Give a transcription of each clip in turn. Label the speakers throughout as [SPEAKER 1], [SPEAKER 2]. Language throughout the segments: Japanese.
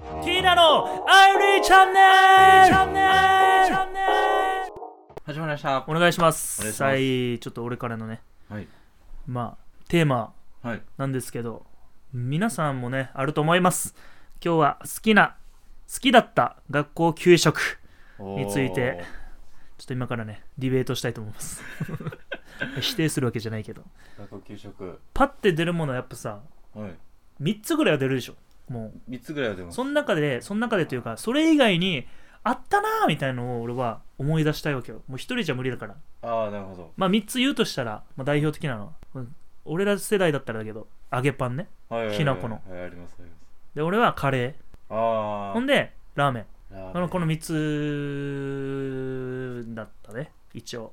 [SPEAKER 1] ティーナのアイリーチャンネル
[SPEAKER 2] 始まりました。
[SPEAKER 1] お願いします
[SPEAKER 2] お願いします
[SPEAKER 1] はいちょっと俺からのね
[SPEAKER 2] はい。
[SPEAKER 1] まあテーマ
[SPEAKER 2] はい。
[SPEAKER 1] なんですけど皆さんもねあると思います今日は好きな好きだった学校給食についてちょっと今からねディベートしたいと思います 否定するわけじゃないけど
[SPEAKER 2] おー。学校給食。
[SPEAKER 1] パッて出るものはやっぱさ
[SPEAKER 2] はい。
[SPEAKER 1] 3つぐらいは出るでしょもう
[SPEAKER 2] 三つぐらいは出ます。
[SPEAKER 1] その中でその中でというかそれ以外にあったなーみたいのを俺は思い出したいわけよもう一人じゃ無理だから
[SPEAKER 2] ああ、なるほど。
[SPEAKER 1] まあ3つ言うとしたら、まあ、代表的なのは俺ら世代だったらだけど揚げパンね
[SPEAKER 2] はいはいはい。
[SPEAKER 1] きなこの
[SPEAKER 2] はい、あります。あります。
[SPEAKER 1] で俺はカレ
[SPEAKER 2] あ
[SPEAKER 1] ー
[SPEAKER 2] あ。
[SPEAKER 1] ほんでラーメン
[SPEAKER 2] ラーメ
[SPEAKER 1] この
[SPEAKER 2] ン
[SPEAKER 1] この3つだったね一応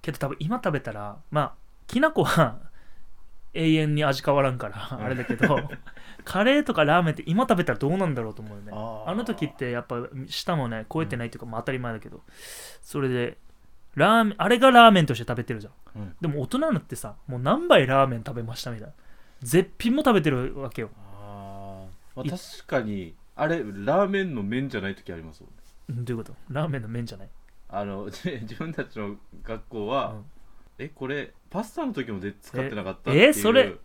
[SPEAKER 1] けど多分今食べたらまあきな粉は 永遠に味変わらんからあれだけど カレーとかラーメンって今食べたらどうなんだろうと思うよね
[SPEAKER 2] あ
[SPEAKER 1] あ
[SPEAKER 2] ー
[SPEAKER 1] の時ってやっぱ舌もね超えてないっていうか、まあ当たり前だけどそれでラーメンあれがラーメンとして食べてるじゃん
[SPEAKER 2] うん
[SPEAKER 1] でも大人になってさもう何杯ラーメン食べましたみたいな絶品も食べてるわけよ
[SPEAKER 2] あー、まあ、確かに、あれ、ラーメンの麺じゃない時ありますもんね。
[SPEAKER 1] うんどういうことラーメンの麺じゃない、
[SPEAKER 2] あの、 自分たちの学校
[SPEAKER 1] う
[SPEAKER 2] は、
[SPEAKER 1] ん、
[SPEAKER 2] え、これ、パスタの時もで使ってなかった
[SPEAKER 1] え
[SPEAKER 2] っていう
[SPEAKER 1] えそれ。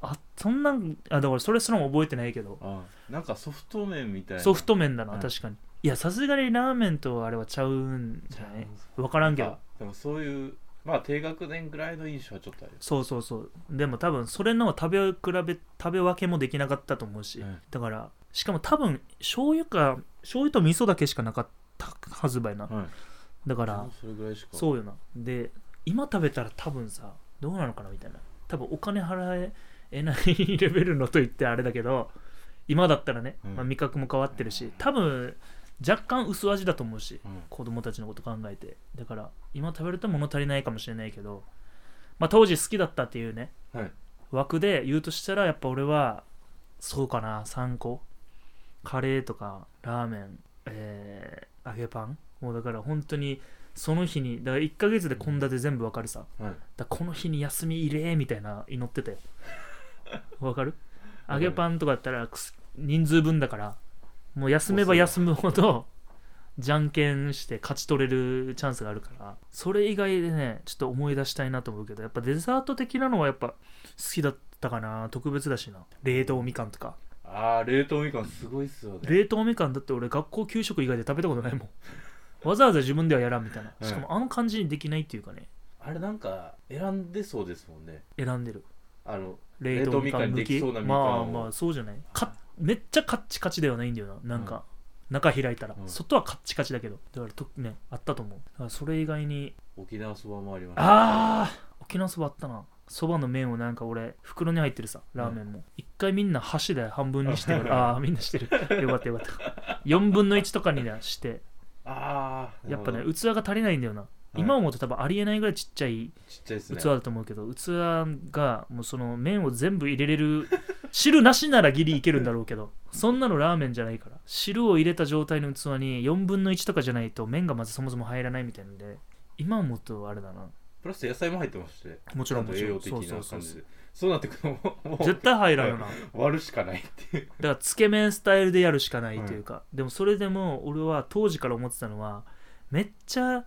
[SPEAKER 1] あそんなんあだからそれすらも覚えてないけど
[SPEAKER 2] あーなんかソフト麺みたいな。
[SPEAKER 1] ソフト麺だな、
[SPEAKER 2] うん
[SPEAKER 1] 確かにいやさすがにラーメンとあれはちゃうんじゃない分からんけど
[SPEAKER 2] あでもそういう、まあ、低学年ぐらいの印象はちょっとあります。
[SPEAKER 1] そうそうそうでも多分それの食べ比べ食べ分けもできなかったと思うし、
[SPEAKER 2] うん
[SPEAKER 1] だからしかも多分醤油か醤油と味噌だけしかなかったはずばいな
[SPEAKER 2] はい。
[SPEAKER 1] だから
[SPEAKER 2] それぐらいしか。
[SPEAKER 1] そうよなで今食べたら多分さどうなのかなみたいな多分お金払えないレベルのと言ってあれだけど今だったらね、
[SPEAKER 2] うん
[SPEAKER 1] まあ、味覚も変わってるし多分若干薄味だと思うし
[SPEAKER 2] うん
[SPEAKER 1] 子供たちのこと考えてだから今食べると物足りないかもしれないけど、まあ、当時好きだったっていうね
[SPEAKER 2] はい。
[SPEAKER 1] 枠で言うとしたらやっぱ俺はそうかな3個カレーとかラーメン、えー揚げパンもうだから本当にその日にだから1ヶ月で献立全部わかるさ
[SPEAKER 2] はい。
[SPEAKER 1] だからこの日に休み入れみたいな祈って たよわかる揚
[SPEAKER 2] わか
[SPEAKER 1] げ
[SPEAKER 2] る
[SPEAKER 1] パンとかだったらくす人数分だからもう休めば休むほどじゃんけんして勝ち取れるチャンスがあるからそれ以外でねちょっと思い出したいなと思うけどやっぱデザート的なのはやっぱ好きだったかな特別だしな冷凍みかんとか
[SPEAKER 2] ああ、冷凍みかんすごいっすよね。
[SPEAKER 1] 冷凍みかんだって俺学校給食以外で食べたことないもんわざわざ自分ではやらんみたいな
[SPEAKER 2] うん
[SPEAKER 1] しかもあの感じにできないっていうかね
[SPEAKER 2] あれなんか選んでそうですもんね。
[SPEAKER 1] 選んでる
[SPEAKER 2] あの、
[SPEAKER 1] 冷凍みかん抜
[SPEAKER 2] 冷凍みかんで
[SPEAKER 1] き
[SPEAKER 2] きそうなみか
[SPEAKER 1] ま
[SPEAKER 2] ん
[SPEAKER 1] あ
[SPEAKER 2] を
[SPEAKER 1] まあそうじゃないかめっちゃカッチカチではないんだよななんか、中開いたら、
[SPEAKER 2] うん
[SPEAKER 1] 外はカッチカチだけどだからとねあったと思うだからそれ以外に
[SPEAKER 2] 沖縄そばもありました。
[SPEAKER 1] ああ沖縄そばあったなそばの麺をなんか俺袋に入ってるさラーメンも、一回みんな箸で半分に してからああーみんなしてるよかったよかった4分の1とかにねして
[SPEAKER 2] ああ、
[SPEAKER 1] やっぱ
[SPEAKER 2] な
[SPEAKER 1] ね
[SPEAKER 2] るほど
[SPEAKER 1] 器が足りないんだよな、
[SPEAKER 2] い
[SPEAKER 1] 今思うと多分ありえないぐらいちっちゃい
[SPEAKER 2] ちっちゃいっすね。
[SPEAKER 1] 器だと思うけど、器がもうその麺を全部入れれる 汁なしならギリいけるんだろうけどそんなのラーメンじゃないから汁を入れた状態の器に4分の1とかじゃないと麺がまずそもそも入らないみたいなんで今思うとあれだな
[SPEAKER 2] プラス野菜も入ってまして。
[SPEAKER 1] もちろん
[SPEAKER 2] ちゃ
[SPEAKER 1] も
[SPEAKER 2] と
[SPEAKER 1] ちろ
[SPEAKER 2] 栄養
[SPEAKER 1] ん
[SPEAKER 2] 的
[SPEAKER 1] そうそ
[SPEAKER 2] な
[SPEAKER 1] うそ
[SPEAKER 2] 感
[SPEAKER 1] う
[SPEAKER 2] じ
[SPEAKER 1] そう
[SPEAKER 2] で。そうなってくるともうもう
[SPEAKER 1] 絶対入らんよなだか
[SPEAKER 2] 割るしかないっていう。
[SPEAKER 1] らつけ麺スタイルでやるしかないというか、でもそれでも俺は当時から思ってたのはめっちゃ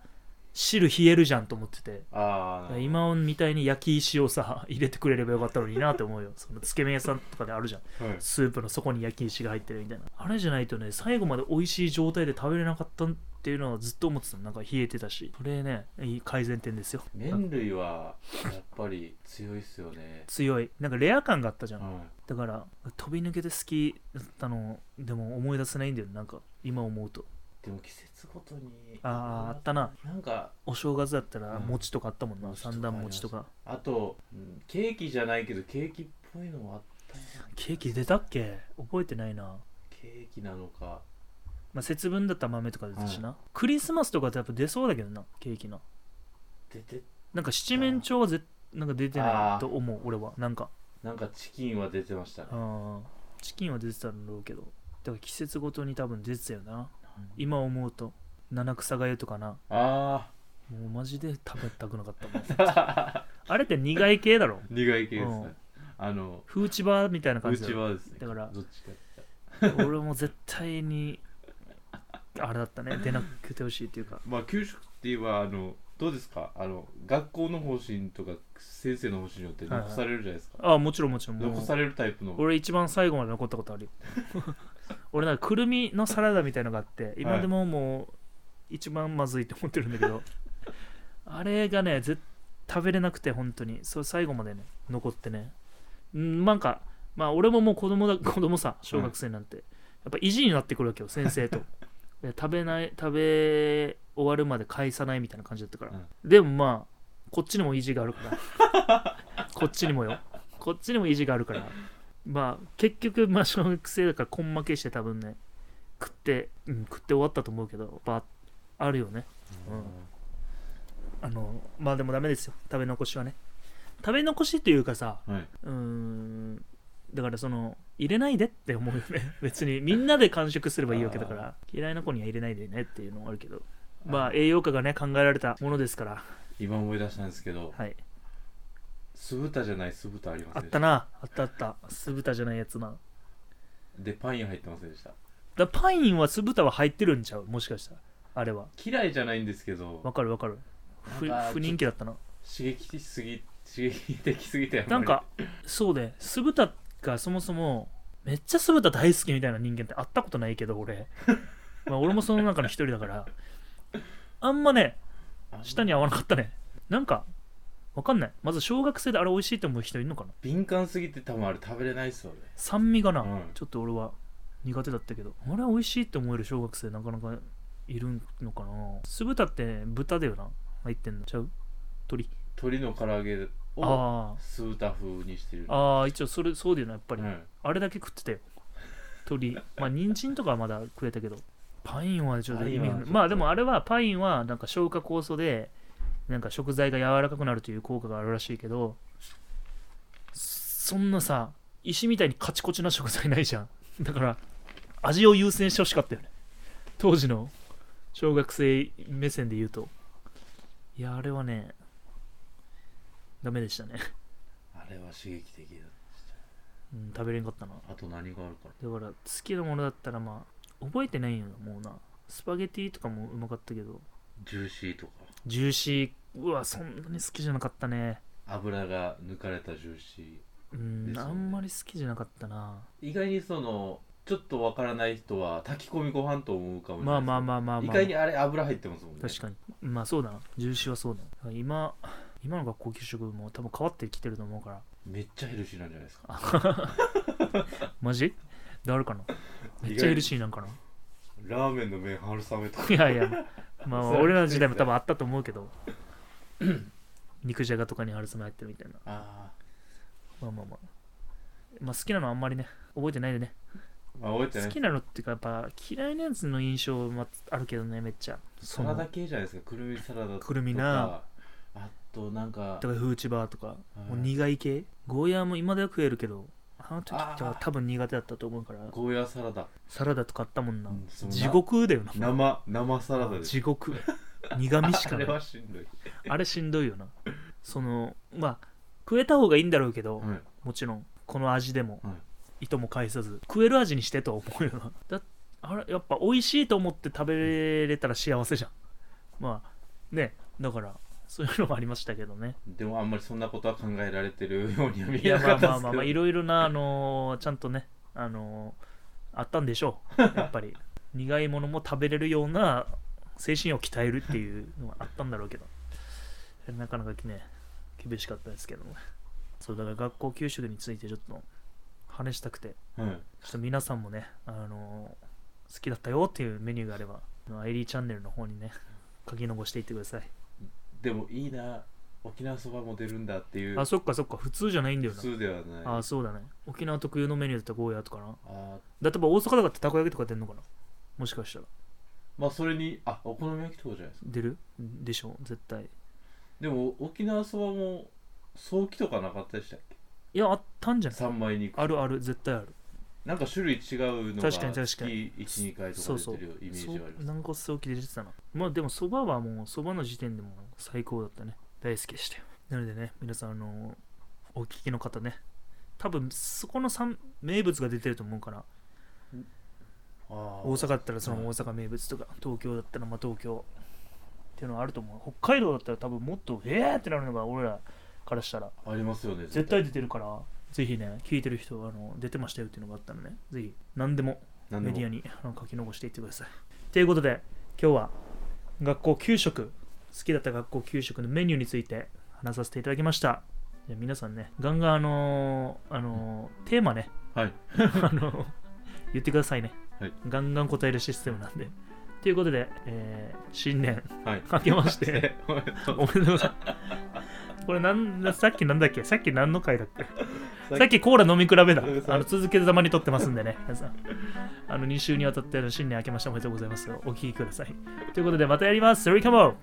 [SPEAKER 1] 汁冷えるじゃんと思ってて
[SPEAKER 2] ああ、
[SPEAKER 1] 今みたいに焼き石をさ入れてくれればよかったのになって思うよ そのつけ麺屋さんとかであるじゃん
[SPEAKER 2] はい
[SPEAKER 1] スープの底に焼き石が入ってるみたいなあれじゃないとね最後まで美味しい状態で食べれなかったっていうのはずっと思ってたのなんか冷えてたしそれねいい改善点ですよ
[SPEAKER 2] 麺類はやっぱり強いっすよね。
[SPEAKER 1] 強いなんかレア感があったじゃん
[SPEAKER 2] は
[SPEAKER 1] だから飛び抜けて好きだったのでも思い出せないんだよねなんか今思うと
[SPEAKER 2] い。でも季節ごとに。
[SPEAKER 1] あああったな
[SPEAKER 2] なんか
[SPEAKER 1] お正月だったら
[SPEAKER 2] うん
[SPEAKER 1] 餅とかあったもんな、
[SPEAKER 2] 餅とか
[SPEAKER 1] 三段餅とか
[SPEAKER 2] あと、うんケーキじゃないけどケーキっぽいのもあったよね
[SPEAKER 1] ケーキ出たっけ覚えてないな
[SPEAKER 2] ケーキなのか
[SPEAKER 1] まあ、節分だったら豆とか出たしな、クリスマスとかってやっぱ出そうだけどなケーキな
[SPEAKER 2] 出て
[SPEAKER 1] なんか七面鳥はぜなんか出てな
[SPEAKER 2] あ
[SPEAKER 1] い
[SPEAKER 2] ー
[SPEAKER 1] と思う俺はなんか
[SPEAKER 2] なんかチキンは出てましたね
[SPEAKER 1] あーチキンは出てたんだろうけどだから季節ごとに多分出てたよな今思うと七草がゆとかな
[SPEAKER 2] あ
[SPEAKER 1] もうマジで食べたくなかったもん
[SPEAKER 2] あ
[SPEAKER 1] あれって苦い系だろ
[SPEAKER 2] 苦い系です
[SPEAKER 1] う
[SPEAKER 2] ね
[SPEAKER 1] ん
[SPEAKER 2] あの
[SPEAKER 1] フーチバーみたいな感
[SPEAKER 2] う
[SPEAKER 1] じだ
[SPEAKER 2] ち
[SPEAKER 1] ろ
[SPEAKER 2] はですね
[SPEAKER 1] だから
[SPEAKER 2] どっちかって言ったら
[SPEAKER 1] 俺も絶対にあれだったね出なくてほしいっていうか
[SPEAKER 2] まあ給食ってはあのどうですかあの学校の方針とか先生の方針によって残されるじゃないですか、
[SPEAKER 1] ああもちろんもちろんもう
[SPEAKER 2] 残されるタイプの
[SPEAKER 1] 俺一番最後まで残ったことあ るよ俺なんかくるみのサラダみたいのがあって今でももう一番まずいと思ってるんだけど、 あれがねぜ食べれなくて本当にそれ最後までね残ってねんなんかまあ俺ももう子供だ 子供さ小学生なんて、やっぱ意地になってくるわけよ先生とで食べない食べ終わるまで返さないみたいな感じだったから、でもまあこっちにも意地があるからこっちにもよこっちにも意地があるからまあ結局まあ小学生だから根負けして多分ね食って、うん、食って終わったと思うけどやっぱあるよねあのまあでもダメですよ食べ残しはね食べ残しというかさ
[SPEAKER 2] うんはい、
[SPEAKER 1] うーんだからその入れないでって思うよね 別にみんなで完食すればいいわけだから嫌いな子には入れないでねっていうのはあるけどまあ栄養価がね考えられたものですから
[SPEAKER 2] 今思い出したんですけど
[SPEAKER 1] はい
[SPEAKER 2] 酢豚じゃない酢豚ありま
[SPEAKER 1] あ
[SPEAKER 2] せ
[SPEAKER 1] っ
[SPEAKER 2] んでし
[SPEAKER 1] た
[SPEAKER 2] た
[SPEAKER 1] なあったあった酢豚じゃないやつな
[SPEAKER 2] でパイン入ってませんでした
[SPEAKER 1] だからパインは酢豚は入ってるんちゃうもしかしたらあれは
[SPEAKER 2] 嫌いじゃないんですけど
[SPEAKER 1] わかるわかるふ
[SPEAKER 2] なんか
[SPEAKER 1] 不人気だったな
[SPEAKER 2] 刺激的すぎ刺激的すぎてあ
[SPEAKER 1] な
[SPEAKER 2] まり
[SPEAKER 1] んかそうで酢豚がそもそもめっちゃ酢豚大好きみたいな人間って会ったことないけど 俺まあ俺もその中の一人だからあんまね舌に合わなかったねなんかわかんないまず小学生であれ美味しいと思う人いるのかな
[SPEAKER 2] 敏感すぎて多分あれ食べれないっすよね
[SPEAKER 1] 酸味がな、
[SPEAKER 2] うん
[SPEAKER 1] ちょっと俺は苦手だったけどあれ美味しいって思える小学生なかなかいるのかな酢豚って豚だよな入ってんのちゃう鳥
[SPEAKER 2] 鶏の唐揚げを
[SPEAKER 1] あ
[SPEAKER 2] 酢豚風にしてる
[SPEAKER 1] あああ一応それそうだよなやっぱり、
[SPEAKER 2] うん
[SPEAKER 1] あれだけ食ってたよ。鳥。まあ、人参とかはまだ食えたけど。パインはちょっと意味
[SPEAKER 2] パインはちょっと
[SPEAKER 1] まあでもあれはパインはなんか消化酵素でなんか食材が柔らかくなるという効果があるらしいけどそんなさ石みたいにカチコチな食材ないじゃんだから味を優先してほしかったよね当時の小学生目線で言うといやあれはねダメでしたね、
[SPEAKER 2] あれは刺激的だ
[SPEAKER 1] うん、食べれんかったな
[SPEAKER 2] あと何があるかな
[SPEAKER 1] だから好きなものだったらまあ覚えてないよなもうなスパゲティとかもうまかったけど
[SPEAKER 2] ジューシーとか
[SPEAKER 1] ジューシーうわそんなに好きじゃなかったね
[SPEAKER 2] 油が抜かれたジューシ
[SPEAKER 1] うん
[SPEAKER 2] ですよ
[SPEAKER 1] あ
[SPEAKER 2] ね
[SPEAKER 1] んまり好きじゃなかったな
[SPEAKER 2] ー意外にそのちょっとわからない人は炊き込みご飯と思うかもしれ
[SPEAKER 1] ま
[SPEAKER 2] な
[SPEAKER 1] あ
[SPEAKER 2] い
[SPEAKER 1] まあまあまあ
[SPEAKER 2] あ意
[SPEAKER 1] まあ
[SPEAKER 2] 外にあれ油入ってますもんね
[SPEAKER 1] 確かにまあそうだなジューシーはそうだな今今の学校給食も多分変わってきてると思うから
[SPEAKER 2] めっちゃヘルシーなんじゃないですか
[SPEAKER 1] マジ誰かなめっちゃヘルシーなんかな
[SPEAKER 2] ラーメンの麺春雨とか
[SPEAKER 1] いやいや、まあ
[SPEAKER 2] それ
[SPEAKER 1] 俺らの時代も多分あったと思うけ ど、肉じゃがとかに春雨入ってるみたいな。
[SPEAKER 2] あ
[SPEAKER 1] まあまあまあ。まあ好きなのあんまりね、覚えてないでね。
[SPEAKER 2] ーまあ覚えてな
[SPEAKER 1] 好
[SPEAKER 2] い
[SPEAKER 1] きなのっていうか、やっぱ嫌いなやつの印象もあるけどね、めっちゃ。
[SPEAKER 2] サ
[SPEAKER 1] そ
[SPEAKER 2] ラ
[SPEAKER 1] の
[SPEAKER 2] ダ系じゃないですかくるみサラダとか
[SPEAKER 1] くるみな
[SPEAKER 2] あとなんか
[SPEAKER 1] だからフーチバーとか、
[SPEAKER 2] うん
[SPEAKER 1] もう苦い系。ゴーヤーも今では食えるけど、あの時
[SPEAKER 2] あー
[SPEAKER 1] は多分苦手だったと思うから、
[SPEAKER 2] ゴーヤーサラダ
[SPEAKER 1] サラダとかあったもんな
[SPEAKER 2] うん。そうな
[SPEAKER 1] 地獄だよな。
[SPEAKER 2] 生生サラダです
[SPEAKER 1] 地獄。苦味しか
[SPEAKER 2] あ
[SPEAKER 1] な
[SPEAKER 2] れ
[SPEAKER 1] い。
[SPEAKER 2] はしんどい、
[SPEAKER 1] あれしんどいよな。その、まあ、食えた方がいいんだろうけど、
[SPEAKER 2] はい、
[SPEAKER 1] もちろん、この味でも、
[SPEAKER 2] はい
[SPEAKER 1] 糸も介さず、食える味にしてとは思うよな。 だあれ、やっぱ美味しいと思って食べれたら幸せじゃん。まあ、ね、だから、そういうのもありましたけどね。
[SPEAKER 2] でもあんまりそんなことは考えられてるよう には見
[SPEAKER 1] い
[SPEAKER 2] え
[SPEAKER 1] や、ま
[SPEAKER 2] なか
[SPEAKER 1] あま
[SPEAKER 2] った
[SPEAKER 1] あ
[SPEAKER 2] です
[SPEAKER 1] まあ
[SPEAKER 2] け
[SPEAKER 1] まあ、
[SPEAKER 2] ど
[SPEAKER 1] いろいろな、あのーちゃんとね、あのーあったんでしょう。 やっぱり、苦いものも食べれるような精神を鍛えるっていうのはあったんだろうけど、なかなかね、厳しかったですけども。そう、だから学校給食についてちょっと話したくて、
[SPEAKER 2] はい
[SPEAKER 1] ちょっと皆さんもね、あのー好きだったよっていうメニューがあれば、あのアイリーチャンネルの方にね、書き残していってください。
[SPEAKER 2] でもいいな沖縄そばも出るんだっていう
[SPEAKER 1] あ、そっかそっか、普通じゃないんだよ
[SPEAKER 2] 普通ではない
[SPEAKER 1] な。あ、そうだね。沖縄特有のメニューだったらゴーヤーとかな。
[SPEAKER 2] あー
[SPEAKER 1] 例えば大阪とかってたこ焼きとか出るのかなもしかしたら。
[SPEAKER 2] まあそれにあお好み焼きとかじゃないですか
[SPEAKER 1] 出るでしょ絶対。
[SPEAKER 2] でも沖縄そばも早期とかなかったでしたっけ
[SPEAKER 1] いや、あったんじゃない
[SPEAKER 2] 三枚肉
[SPEAKER 1] あるある、絶対ある。
[SPEAKER 2] なんか種類違うのが
[SPEAKER 1] 確かに確か
[SPEAKER 2] 月12回と
[SPEAKER 1] そ
[SPEAKER 2] か
[SPEAKER 1] うそ
[SPEAKER 2] 出
[SPEAKER 1] う
[SPEAKER 2] てるイメージ
[SPEAKER 1] そ
[SPEAKER 2] があり
[SPEAKER 1] う
[SPEAKER 2] ます
[SPEAKER 1] 軟骨早期で出てたなまあでもそばはもうそばの時点でもう最高だったね大好きでしたよなのでね皆さんあのお聞きの方ね多分そこの三名物が出てると思うから
[SPEAKER 2] あー
[SPEAKER 1] 大阪だったらその大阪名物とか東京だったらまあ東京っていうのはあると思う北海道だったら多分もっとえーってなるのが俺らからしたら
[SPEAKER 2] ありますよね
[SPEAKER 1] 絶対出てるからぜひね聞いてる人はあの出てましたよっていうのがあったのねぜひ何でも
[SPEAKER 2] 何で
[SPEAKER 1] メ
[SPEAKER 2] も
[SPEAKER 1] ディアにあの書き残していってくださいということで今日は学校給食好きだった学校給食のメニューについて話させていただきましたじゃあ皆さんねガンガンあのーあのーテーマね
[SPEAKER 2] はい
[SPEAKER 1] あの言ってくださいね、
[SPEAKER 2] はい
[SPEAKER 1] ガンガン答えるシステムなんでということで、えー新年
[SPEAKER 2] はい
[SPEAKER 1] 明けまして
[SPEAKER 2] おめでとう
[SPEAKER 1] おめでとうございます これなんださっきなんだっけさっき何の回だっけ
[SPEAKER 2] さっき
[SPEAKER 1] さっきコーラ飲み比べだ
[SPEAKER 2] うんさ
[SPEAKER 1] あの続けざまに撮ってますんでね皆さんあの2週にわたってあの新年明けましておめでとうございますお聞きくださいということでまたやりますそれかも